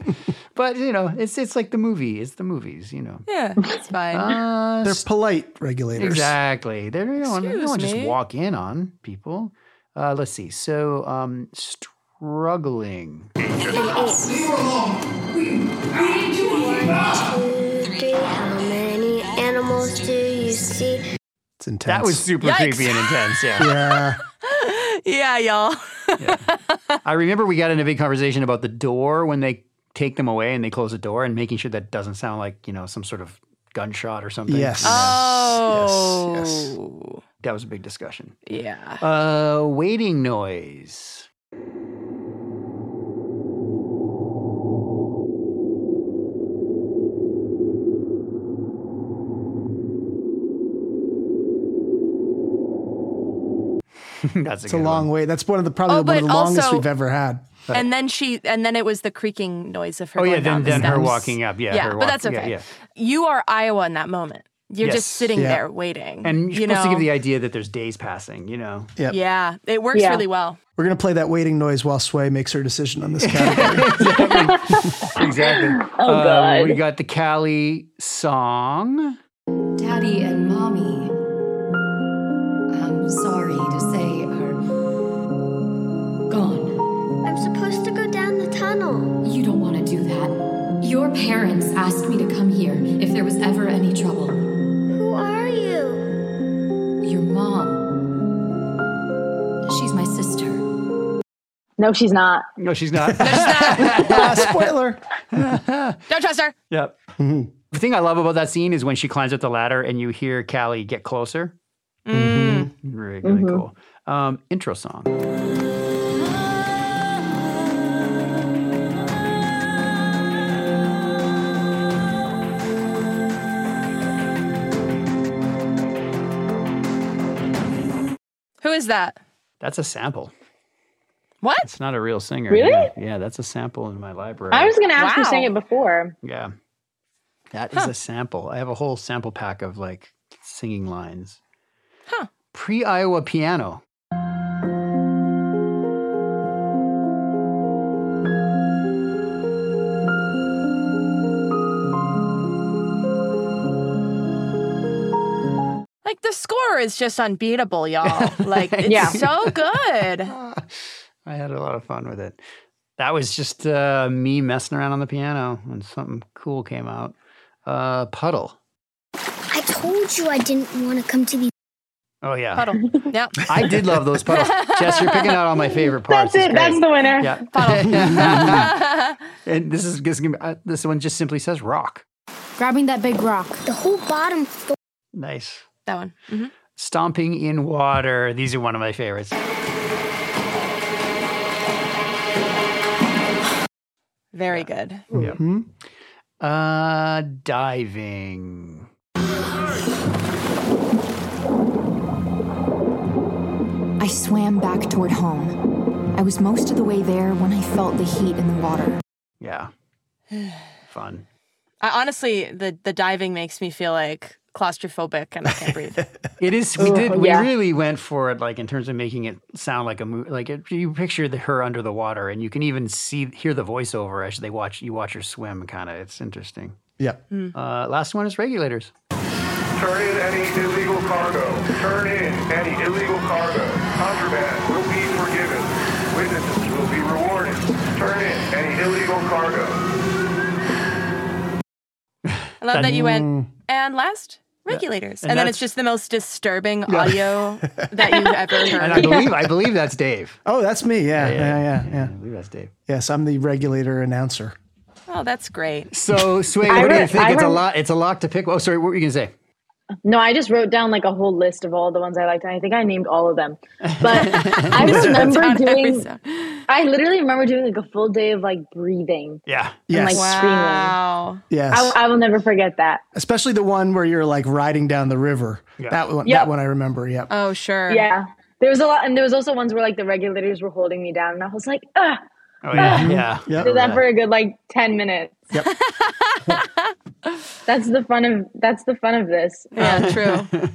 S6: But you know, it's it's like the movie. It's the movies. You know.
S3: Yeah, it's fine.
S6: Uh,
S5: They're polite regulators.
S6: Exactly. They don't, they don't
S3: Excuse
S6: want to just
S3: me.
S6: walk in on people. Uh, let's see. So, um, struggling.
S2: Leave her alone. We, need to One, two, three. How many animals do you see?
S5: It's intense.
S6: That was super
S2: Yikes.
S6: creepy and intense. Yeah.
S3: yeah,
S5: yeah.
S3: y'all.
S6: I remember we got in a big conversation about the door when they take them away and they close the door and making sure that doesn't sound like, you know, some sort of gunshot or something.
S5: Yes. Uh.
S3: Oh.
S6: That was a big discussion.
S3: Yeah.
S6: Uh, waiting noise. That's a
S5: It's a long wait. That's one of the probably
S3: Oh,
S5: one
S3: but
S5: of the longest
S3: also-
S5: we've ever had.
S3: And then she, and then it was the creaking noise of her.
S6: Oh, yeah,
S3: going down the
S6: then- then her
S3: steps.
S6: walking up. Yeah,
S3: yeah,
S6: her
S3: but
S6: walk-
S3: that's
S6: yeah,
S3: okay.
S6: yeah.
S3: You are Iowa in that moment. You're
S6: Yes.
S3: just sitting
S6: Yeah.
S3: there waiting,
S6: And you're
S3: you know,
S6: supposed to give the idea that there's days passing, you know?
S5: Yep.
S3: yeah, it works
S5: Yeah.
S3: really well.
S5: We're gonna play that waiting noise while Sway makes her decision on this category.
S6: Exactly.
S5: Oh,
S6: Uh,
S5: God.
S6: we got the Cali song.
S12: Daddy and Mommy, I'm sorry to say, are gone.
S2: I'm supposed to go down the tunnel.
S12: You don't want to do that. Your parents asked me to come here if there was ever any trouble.
S2: Who are you?
S12: Your mom. She's my sister.
S7: No, she's not.
S6: No, she's not.
S5: Ah, spoiler.
S3: Don't trust her.
S6: Yep. The thing I love about that scene is when she climbs up the ladder and you hear Callie get closer. Mm-hmm. Really, really cool. Um, intro song.
S3: Who is that?
S6: That's a sample.
S3: What?
S6: It's not a real singer.
S7: Really?
S6: Yeah, Yeah, that's a sample in my library.
S7: I was going to ask you sang it before.
S6: Yeah. That is a sample. I have a whole sample pack of like singing lines.
S3: Huh.
S6: Pre Iowa piano.
S3: Like the score is just unbeatable, y'all. Like it's
S6: Yeah.
S3: so good.
S6: I had a lot of fun with it. That was just uh, me messing around on the piano and something cool came out. Uh, puddle.
S2: I told you I didn't want to come to the.
S6: Oh, yeah.
S3: Puddle. Yep.
S6: I did love those puddles. Jess, you're picking out all my favorite parts.
S7: That's
S6: It's
S7: it. That's
S6: great.
S7: the winner.
S6: Yeah. and this is this, is gonna be- uh, this one just simply says rock.
S2: Grabbing that big rock. The whole bottom. Th-
S6: Nice.
S3: that one. Mm-hmm.
S6: Stomping in water. These are one of my favorites.
S3: Very good.
S5: Hmm?
S6: Uh, diving.
S8: I swam back toward home. I was most of the way there when I felt the heat in the water.
S6: Yeah. Fun.
S3: I, honestly, the the diving makes me feel like claustrophobic and I can't breathe.
S6: It is. We
S3: Ugh,
S6: did. We
S3: yeah.
S6: really went for it, like in terms of making it sound like a movie. Like it, you picture the, her under the water, and you can even see hear the voiceover as they watch you watch her swim. Kind of. It's interesting.
S5: Yeah.
S6: Uh, last one is regulators.
S13: Turn in any illegal cargo. Turn in any illegal cargo. Contraband will be forgiven. Witnesses will be rewarded. Turn in any illegal cargo.
S3: I love
S13: That-
S3: that you went and last regulators,
S6: And
S3: and, then
S6: that's-
S3: it's just the most disturbing audio that you've ever heard.
S6: And I believe I believe that's Dave.
S5: Oh, that's me. Yeah, yeah, yeah, yeah.
S6: I believe that's Dave.
S5: Yes, I'm the regulator announcer.
S3: Oh, that's great.
S6: So, Sway,
S7: I
S6: what do you
S7: wrote-
S6: think?
S7: I
S6: it's a
S7: wrote-
S6: lot. It's a lot to pick. Oh, sorry. What were you gonna say?
S7: No, I just wrote down like a whole list of all the ones I liked, and I think I named all of them. But I remember doing, I literally remember doing like a full day of like breathing.
S6: Yeah.
S7: And, like
S5: Yes.
S7: screaming.
S5: Yes.
S7: I, I will never forget that.
S5: Especially the one where you're like riding down the river. That one.
S7: Yep.
S5: That one I remember. Yep.
S3: Oh, sure.
S7: Yeah. There was a lot, and there was also ones where like the regulators were holding me down, and I was like, ah.
S6: Oh yeah, yeah.
S7: Did that for a good like ten minutes.
S6: Yep.
S7: that's the fun of that's the fun of this.
S3: Yeah, true.
S7: I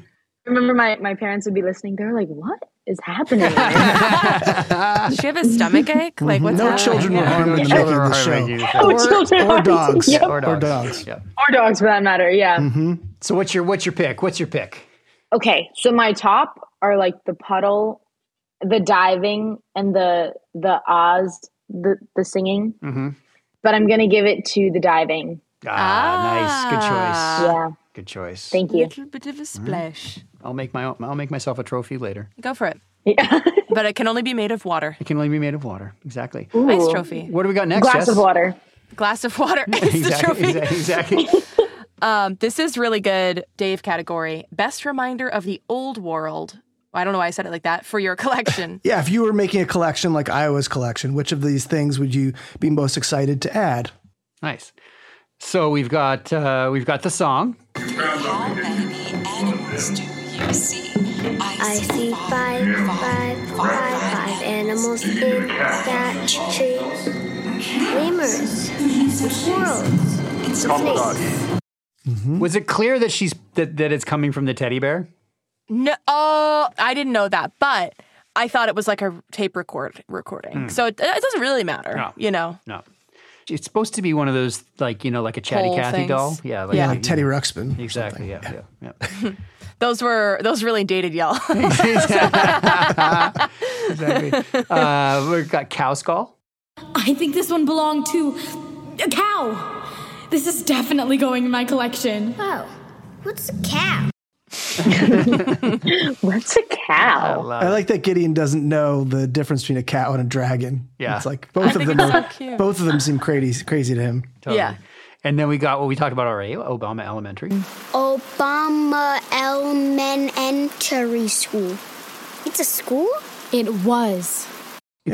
S7: remember my, my parents would be listening. They were like, "What is happening?
S3: Does she have a stomach ache?
S6: Mm-hmm.
S3: Like what's
S5: No
S3: happening?
S5: children were
S3: Yeah.
S5: harmed in the
S7: Yeah.
S5: making of the
S6: Yeah.
S5: show.
S7: No Oh, children
S5: or
S7: harmed.
S5: dogs. Mm-hmm.
S7: Yep.
S5: Or dogs.
S7: or dogs for that matter. Yeah.
S6: So what's your what's your pick? What's your pick?
S7: Okay, so my top are like the puddle, the diving, and the the Oz, the the singing.
S6: Mm-hmm.
S7: But I'm gonna give it to the diving.
S5: Uh,
S6: Ah, nice. Good choice.
S7: Yeah.
S6: Good choice.
S7: Thank you.
S3: Little bit of a splash.
S6: I'll make my own, I'll make myself a trophy later.
S3: Go for it. but it can only be made of water.
S6: It can only be made of water. Exactly.
S3: Ice trophy.
S6: What do we got next? Jess?
S7: water.
S3: Glass of water. It's the
S6: Exactly,
S3: trophy.
S6: exactly.
S3: Um, this is really good, Dave category. Best reminder of the old world. I don't know why I said it like that for your collection.
S5: Yeah, if you were making a collection like Iowa's collection, which of these things would you be most excited to add?
S6: Nice. So we've got uh, we've got the song.
S1: How many animals do you see?
S2: I see five, five, five, five animals in that tree. Lemurs, squirrels, snakes.
S6: Was it clear that she's that, that it's coming from the teddy bear?
S3: No, oh, I didn't know that, but I thought it was like a tape record recording.
S6: Hmm.
S3: So it, it doesn't really matter,
S6: No.
S3: you know.
S6: No. It's supposed to be one of those like you know like a chatty
S3: Pole
S6: Cathy
S3: things.
S6: doll. Yeah.
S5: Yeah, like Teddy Ruxpin.
S6: Exactly. Yeah, yeah. Yeah.
S3: Those were those really dated y'all.
S6: Exactly. uh, we've got cow skull.
S12: I think this one belonged to a cow. This is definitely going in my collection.
S2: Oh, what's a cow?
S7: What's a
S3: Oh,
S7: cow?
S5: I like that Gideon doesn't know the difference between a cow and a dragon.
S6: Yeah.
S5: It's like
S6: I
S5: both of
S6: think
S5: them
S6: it's
S5: are,
S6: so cute.
S5: both of them seem crazy crazy to him.
S6: Totally. And then we got what we talked about already, Obama Elementary.
S3: Mm.
S2: Obama Elementary School. It's a school?
S12: It was.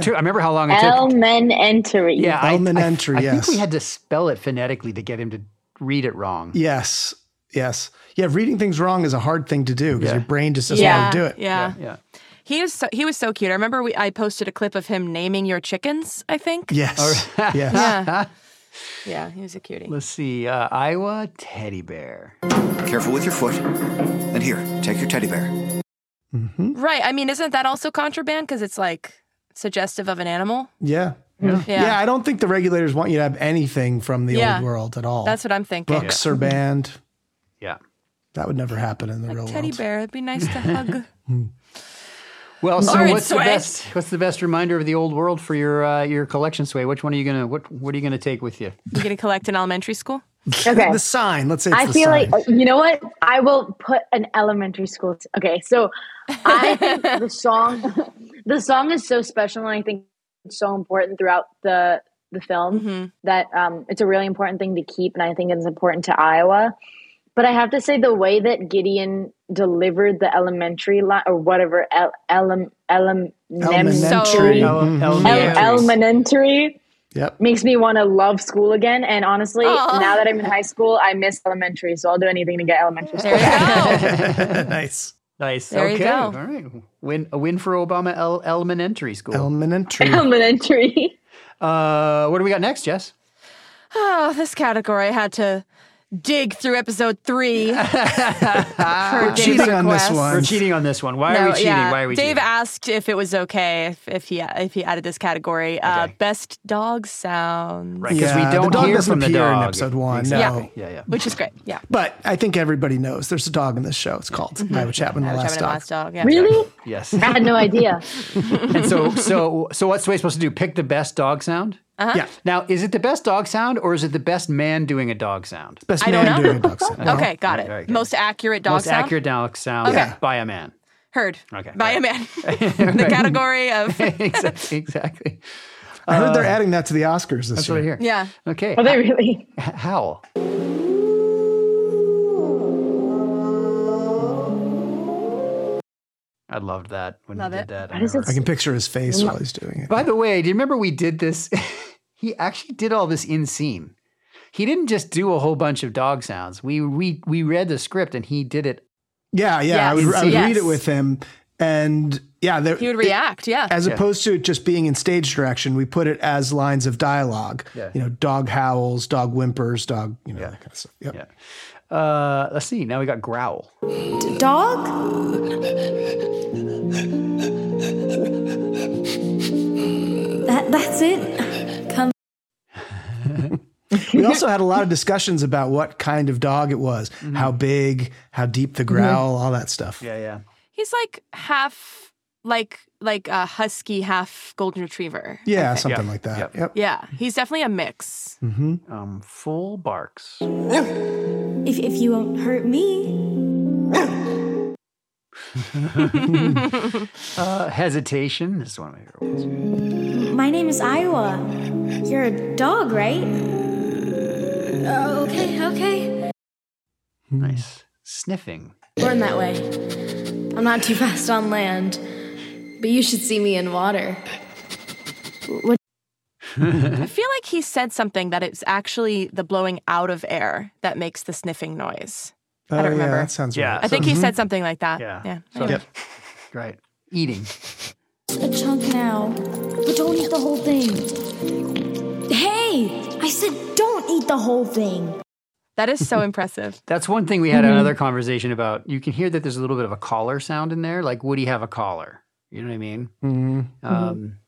S6: Too- I remember how long it took.
S7: Elementary.
S6: Yeah, I- I-
S5: Elementary,
S6: I,
S5: yes.
S6: think we had to spell it phonetically to get him to read it wrong.
S5: Yes. Yes. Yeah, reading things wrong is a hard thing to do because your brain just doesn't
S3: yeah,
S5: want to do it.
S3: yeah. He is so, he was so cute. I remember we, I posted a clip of him naming your chickens, I think.
S5: Yes. yes.
S3: Yeah. yeah, he was a cutie.
S6: Let's see. Uh, Iowa teddy bear.
S9: Careful with your foot. And here, take your teddy bear.
S3: Right. I mean, isn't that also contraband because it's like suggestive of an animal?
S5: Yeah.
S3: Yeah. Yeah.
S5: I don't think the regulators want you to have anything from the
S3: Yeah.
S5: old world at all.
S3: That's what I'm thinking.
S5: Books are banned.
S6: Yeah.
S5: That would never happen in the real
S3: Teddy
S5: world.
S3: bear. It'd be nice to hug.
S6: Well, so
S3: All right,
S6: what's
S3: Sway.
S6: the best? What's the best reminder of the old world for your uh, your collection, Sway? Which one are you gonna? What What are you gonna take with you?
S3: you gonna collect in elementary school?
S7: Okay.
S5: The sign. Let's say it's
S7: I
S5: the
S7: feel
S5: sign.
S7: like you know what? I will put an elementary school. t- okay, so I think the song, the song is so special, and I think it's so important throughout the the film
S5: Mm-hmm.
S7: that um, it's a really important thing to keep, and I think it's important to Iowa. But I have to say, the way that Gideon delivered the elementary line or whatever el, elem, elem,
S5: Elementary. Mm-hmm.
S7: nem-
S5: So-
S6: Mm-hmm.
S5: Mhm.
S7: el- elementary
S5: Yep.
S7: makes me want to love school again. And honestly,
S3: Aw.
S7: now that I'm in high school, I miss elementary, so I'll do anything to get elementary school.
S5: nice.
S6: Nice.
S7: There you
S6: okay.
S7: go.
S6: All right. Win a win for Obama El- Elementary School.
S5: Elementary.
S7: elementary.
S6: Uh, what do we got next, Jess?
S3: Oh, this category I had to dig through episode three.
S6: We're
S5: cheating on this one.
S6: We're cheating on this one. Why are
S3: No,
S6: we cheating?
S3: yeah.
S6: Why are we
S3: Dave
S6: cheating?
S3: asked if it was okay if, if he if he added this category. Uh, best dog sounds.
S6: Right, 'cause we don't
S5: the dog
S6: hear
S5: doesn't
S6: from the
S5: appear in
S6: dog.
S5: episode one. No.
S6: Yeah, yeah.
S3: Which is great. Yeah.
S5: But I think everybody knows there's a dog in this show. It's called Iowa Chapman, the
S3: Iowa Mm-hmm. Chapman and
S5: last dog.
S3: Last Dog, yeah.
S7: Really?
S6: Yes.
S7: I had no idea.
S6: and so, so, so, what's Sway supposed to do? Pick the best dog sound.
S3: Uh-huh.
S5: Yeah.
S6: Now, is it the best dog sound, or is it the best man doing a dog sound?
S5: Best
S3: I don't
S5: man
S3: know.
S5: doing a dog sound. Well,
S3: Okay, got it.
S6: very good.
S3: Most accurate dog
S6: Most
S3: sound
S6: accurate dog sound
S3: Okay.
S6: by a man.
S3: heard
S6: Okay,
S3: by a man. the category of
S6: exactly. exactly.
S5: I heard they're adding that to the Oscars this
S6: That's
S5: year.
S6: what I hear.
S3: yeah.
S6: Okay.
S7: Are they really?
S6: H- Howl. I loved that when
S3: Love
S6: he did
S3: it.
S6: that. I
S7: What is
S6: remember.
S5: I can picture his face while he's doing it.
S6: By the way, do you remember we did this? he actually did all this in scene. He didn't just do a whole bunch of dog sounds. We we we read the script and he did it.
S5: Yeah, yeah. I would,
S3: Yes,
S5: I would
S3: yes.
S5: read it with him, and yeah, there,
S3: He would react, yeah.
S5: as opposed to it just being in stage direction, we put it as lines of dialogue.
S6: Yeah.
S5: You know, dog howls, dog whimpers, dog, you know, that kind of stuff. Yep.
S6: Uh, let's see. Now we got growl.
S12: Dog? That, that's it. Come.
S5: we also had a lot of discussions about what kind of dog it was, how big, how deep the growl,
S3: Mm-hmm.
S5: all that stuff.
S6: Mm-hmm. Yeah, yeah.
S3: He's like half, like like a husky, half golden retriever.
S5: Yeah, something like that. Yep.
S3: Yeah, he's definitely a mix.
S5: Mm-hmm.
S6: Um, full barks.
S12: If, if you won't hurt me.
S6: Uh, hesitation. This is one of my favorite ones.
S12: My name is Iowa. You're a dog, right? Uh, Okay, okay.
S6: Nice. Sniffing.
S14: Born that way. I'm not too fast on land, but you should see me in water. What?
S3: I feel like he said something that it's actually the blowing out of air that makes the sniffing noise. I
S5: Oh,
S3: don't
S5: yeah,
S3: remember.
S5: that sounds Yeah, right.
S3: I think he
S5: so-
S3: said something like that.
S6: Yeah.
S3: Yeah.
S6: So-
S3: Anyway.
S6: Right. Eating.
S12: A chunk now. But don't eat the whole thing. Hey! I said don't eat the whole thing.
S3: That is so impressive.
S6: That's one thing we had
S3: Mhm.
S6: another conversation about. You can hear that there's a little bit of a collar sound in there. Like, would he have a collar? You know what I mean?
S5: Mm-hmm.
S6: Um,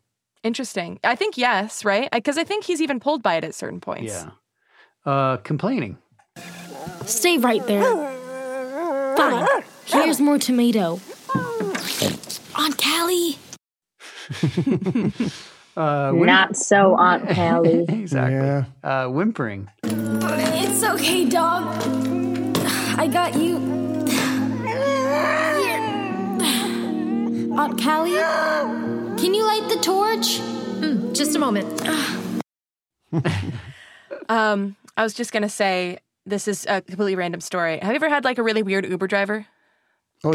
S3: Interesting. I think yes, right? Because I think he's even pulled by it at certain points.
S6: yeah. Uh, complaining.
S14: Stay right there. Fine. Here's more tomato.
S12: Aunt Callie!
S6: Uh, whim-
S7: Not so, Aunt Callie.
S6: exactly. Uh, whimpering.
S12: It's okay, dog. I got you. Here. Aunt Callie? Can you light the torch? Hmm,
S14: just a moment.
S3: Um, I was just going to say this is a completely random story. Have you ever had like a really weird Uber driver?
S5: Oh,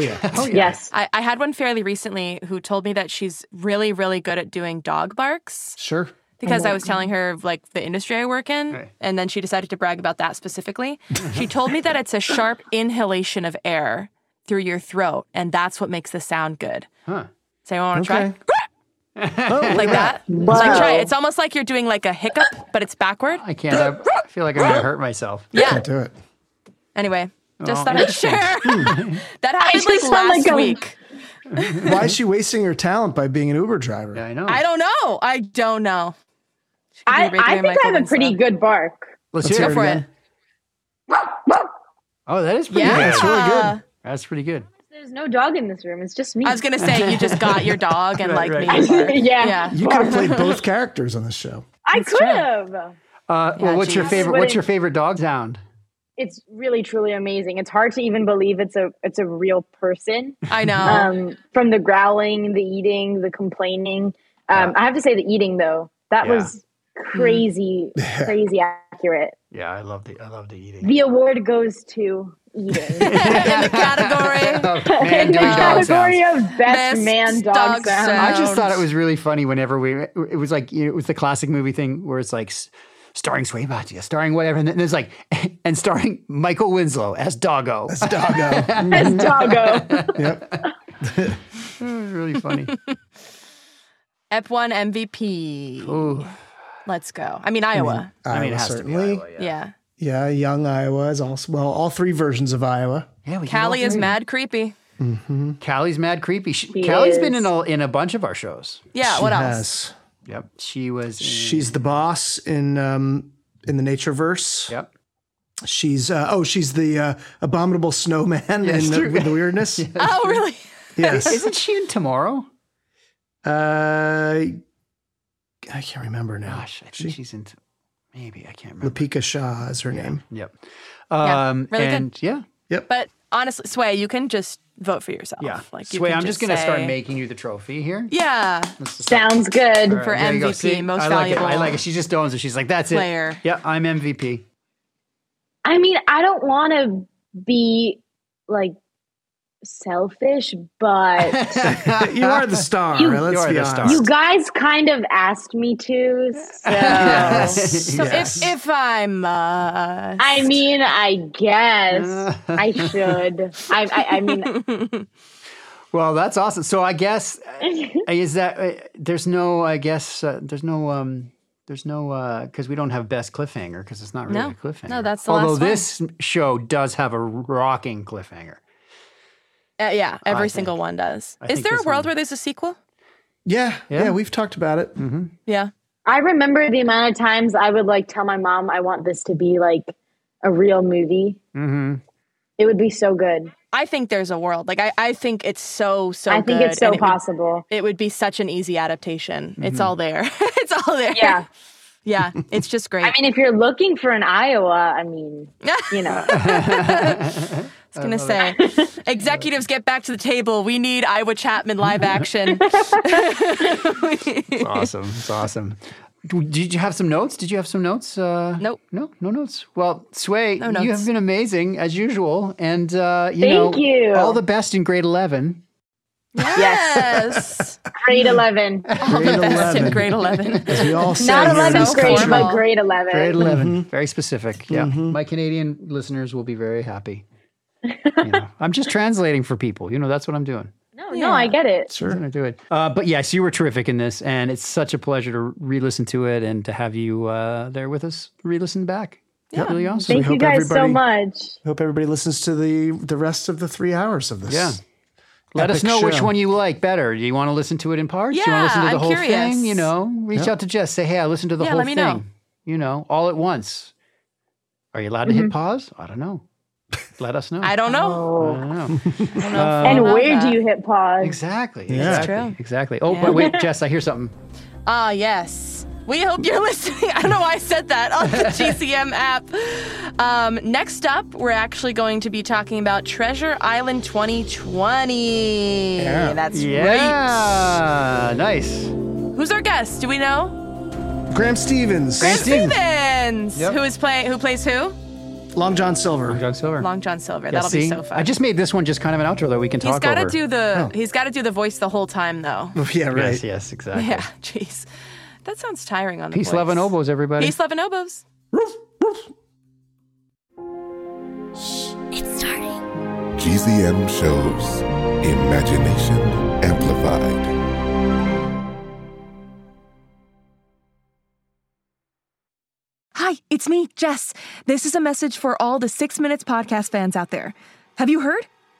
S5: yeah.
S7: Yes.
S3: I, I had one fairly recently who told me that she's really, really good at doing dog barks.
S5: Sure.
S3: because I was telling her like the industry I work in, and then she decided to brag about that specifically. she told me that it's a sharp inhalation of air through your throat, and that's what makes the sound good.
S6: Huh.
S3: So I want to
S6: Okay.
S3: try like that.
S6: Wow.
S3: Like try. it. It's almost like you're doing like a hiccup, but it's backward.
S6: I can't. I I feel like I'm gonna hurt myself.
S3: Yeah.
S5: Can't do it.
S3: Anyway, just
S6: Oh,
S3: thought I'd
S6: interesting.
S3: share. that happened like
S7: just sound
S3: last
S7: like a-
S3: week.
S5: Why is she wasting her talent by being an Uber driver?
S6: Yeah, I know.
S3: I don't know. I don't know. She could be
S7: I,
S3: Ricky
S7: I
S3: and
S7: think I
S3: Michael
S7: have a pretty
S3: Winslow.
S7: good bark.
S6: Let's,
S3: Let's
S6: hear
S3: go
S6: it
S3: for
S6: again. Oh, that is pretty
S3: Yeah. Yeah,
S6: good.
S3: it's really good.
S6: That's pretty good.
S7: There's no dog in this room. It's just me.
S3: I was gonna say you just got your dog and
S6: Right,
S3: like
S6: right.
S3: made it bark.
S7: Yeah.
S3: yeah.
S5: You could have played both characters on this show.
S7: I could have.
S6: Uh,
S3: Yeah,
S6: well, what's your
S3: geez.
S6: favorite? What's your
S7: Wouldn't-
S6: favorite dog sound?
S7: It's really truly amazing. It's hard to even believe it's a it's a real person.
S3: I
S6: Oh.
S3: know.
S7: Um, from the growling, the eating, the complaining. Um, I have to say the eating though. That
S6: Yeah. Mm.
S7: was crazy, crazy accurate.
S6: Yeah, I love the I love the eating.
S7: The award goes to eating.
S3: in the category.
S6: man doing
S7: In the
S6: dog sounds.
S7: category of best, man dog,
S3: dog
S7: sound.
S3: sound.
S6: I just thought it was really funny whenever we, it was like, you know, it was the classic movie thing where it's like s- starring Swabatia, starring whatever. And then there's like, and starring Michael Winslow as Doggo.
S5: It's doggo.
S7: As doggo.
S5: yep.
S6: it was really funny.
S3: Ep one MVP.
S6: Ooh.
S3: Let's go. I mean Iowa.
S6: I mean, it
S5: Iowa,
S6: has to be
S5: certainly.
S3: yeah.
S5: Yeah, young Iowa is also, well, all three versions of Iowa.
S6: Yeah, we can all
S3: Callie is
S6: three.
S3: mad creepy.
S5: Mm-hmm.
S6: Callie's mad creepy. She,
S7: She
S6: Callie's been
S7: is.
S6: in a, in a bunch of our shows.
S3: Yeah. what else?
S6: Yep. She was. in-
S5: She's the boss in um, in the Natureverse.
S6: Yep.
S5: She's uh, oh, she's the uh, abominable snowman
S6: Yes,
S5: in the,
S6: true.
S5: with the weirdness.
S3: Oh really?
S5: Yes.
S6: Isn't she in Tomorrow?
S5: Uh, I can't remember now.
S6: Gosh, I think she's in. Maybe I can't remember.
S5: Lapika Shah is her name.
S6: Yep.
S3: Yeah,
S6: Um,
S3: really good.
S6: and yeah,
S3: But honestly, Sway, you can just vote for yourself.
S6: yeah.
S3: Oh, Like you
S6: Sway,
S3: can
S6: I'm just gonna
S3: say-
S6: start making you the trophy here.
S3: Yeah.
S6: Let's just-
S7: Sounds
S6: All
S7: good.
S6: right,
S3: for
S6: there you go.
S3: MVP,
S6: See,
S3: most
S6: I like
S3: valuable
S6: It. I like it. She just owns it. She's like, that's
S3: player.
S6: it. Yeah, I'm MVP.
S7: I mean, I don't want to be like selfish, but
S5: you are the star.
S7: You-
S5: let's
S6: You are
S5: be
S6: the
S5: honest.
S6: star.
S7: you guys kind of asked me to. So
S3: So if if I'm uh
S7: I mean, I guess I should. I, I, I mean,
S6: Well, that's awesome. So I guess uh, is that uh, there's no I guess uh, there's no um there's no because we don't have best cliffhanger because it's not really
S3: No.
S6: a cliffhanger.
S3: No, that's the
S6: although
S3: last one.
S6: this show does have a rocking cliffhanger.
S3: Uh, yeah, every
S6: Oh, I
S3: single one does.
S6: I
S3: Is
S6: think
S3: there a
S6: this
S3: world where there's a sequel?
S5: Yeah, yeah, we've talked about it.
S3: Yeah.
S7: I remember the amount of times I would like tell my mom I want this to be like a real movie.
S6: Mm-hmm.
S7: It would be so good.
S3: I think there's a world. Like I, I think it's so so.
S7: I think
S3: good,
S7: it's so
S3: and it would-
S7: possible.
S3: it would be such an easy adaptation. It's
S6: Mm-hmm.
S7: Mhm.
S3: all there. it's all there.
S7: Yeah.
S3: Yeah. It's just great.
S7: I mean, if you're looking for an Iowa, I mean, you know.
S3: I was gonna say, executives get back to the table. We need Iowa Chapman live action.
S6: It's awesome. It's awesome. Do- Did you have some notes? Did you have some notes? Uh,
S3: nope.
S6: No, no notes. Well, Sway,
S3: No
S6: you
S3: notes.
S6: have been amazing as usual, and uh, you
S7: Thank
S6: know,
S7: you.
S6: all the best in grade eleven.
S3: Yes.
S7: grade 11.
S3: All the best in grade eleven.
S6: As we all say
S7: Not
S6: here in
S7: 11th
S6: this
S7: grade,
S6: country.
S7: but grade 11.
S6: Grade 11 very specific. Yeah, my Canadian listeners will be very happy. You know, I'm just translating for people. You know, that's what I'm doing.
S7: No, no, I get it.
S6: Sure. gonna do it. Uh, but yes, you were terrific in this, and it's such a pleasure to re-listen to it and to have you uh, there with us, re-listen back.
S5: Yeah.
S6: really awesome.
S5: Thank We you hope guys so everybody-
S7: much.
S5: Hope everybody listens to the the rest of the three hours of this.
S6: Yeah. Let us
S5: epic
S6: know which
S5: show.
S6: one you like better. Do you want to listen to it in parts? Do you want to listen
S3: Yeah,
S6: to
S3: I'm
S6: the whole
S3: curious.
S6: thing? You know, reach
S3: Yeah.
S6: out to Jess. Say, hey, I listened to the
S3: Yeah,
S6: whole
S3: let me
S6: thing.
S3: know.
S6: You know, all at once. Are you allowed to hit pause? I don't know. Let us know.
S3: Mm-hmm. I don't know.
S6: I don't know. Uh,
S7: and where do you hit pause?
S6: Exactly.
S3: Yeah. That's
S6: Exactly.
S3: true.
S6: Exactly. Oh,
S3: Yeah.
S6: but wait, Jess, I hear something.
S3: Ah, yes. We hope you're listening. I don't know why I said that on the GCM app. Um, next up, we're actually going to be talking about Treasure Island 2020. That's right.
S6: yeah. Nice.
S3: Who's our guest? Do we know?
S5: Graham Stevens.
S3: Grant Stevens.
S5: Yep.
S3: Who is playing? Who plays who?
S5: Long John Silver. Long
S6: John Silver.
S3: Long John Silver.
S6: Yeah,
S3: That'll
S6: see?
S3: be so fun.
S6: I just made this one just kind of an outro that we can
S3: He's
S6: talk
S3: got to
S6: over.
S3: do the. He's got to do the voice the whole time though.
S5: Yeah, right.
S6: Yes, yes, exactly.
S3: Yeah. Jeez, that sounds tiring on the
S6: Peace,
S3: voice.
S6: love, and oboes, everybody.
S3: Peace, love, and oboes.
S2: It's starting.
S15: GCM shows Imagination Amplified.
S3: Hi, it's me, Jess. This is a message for all the Six Minutes podcast fans out there. Have you heard?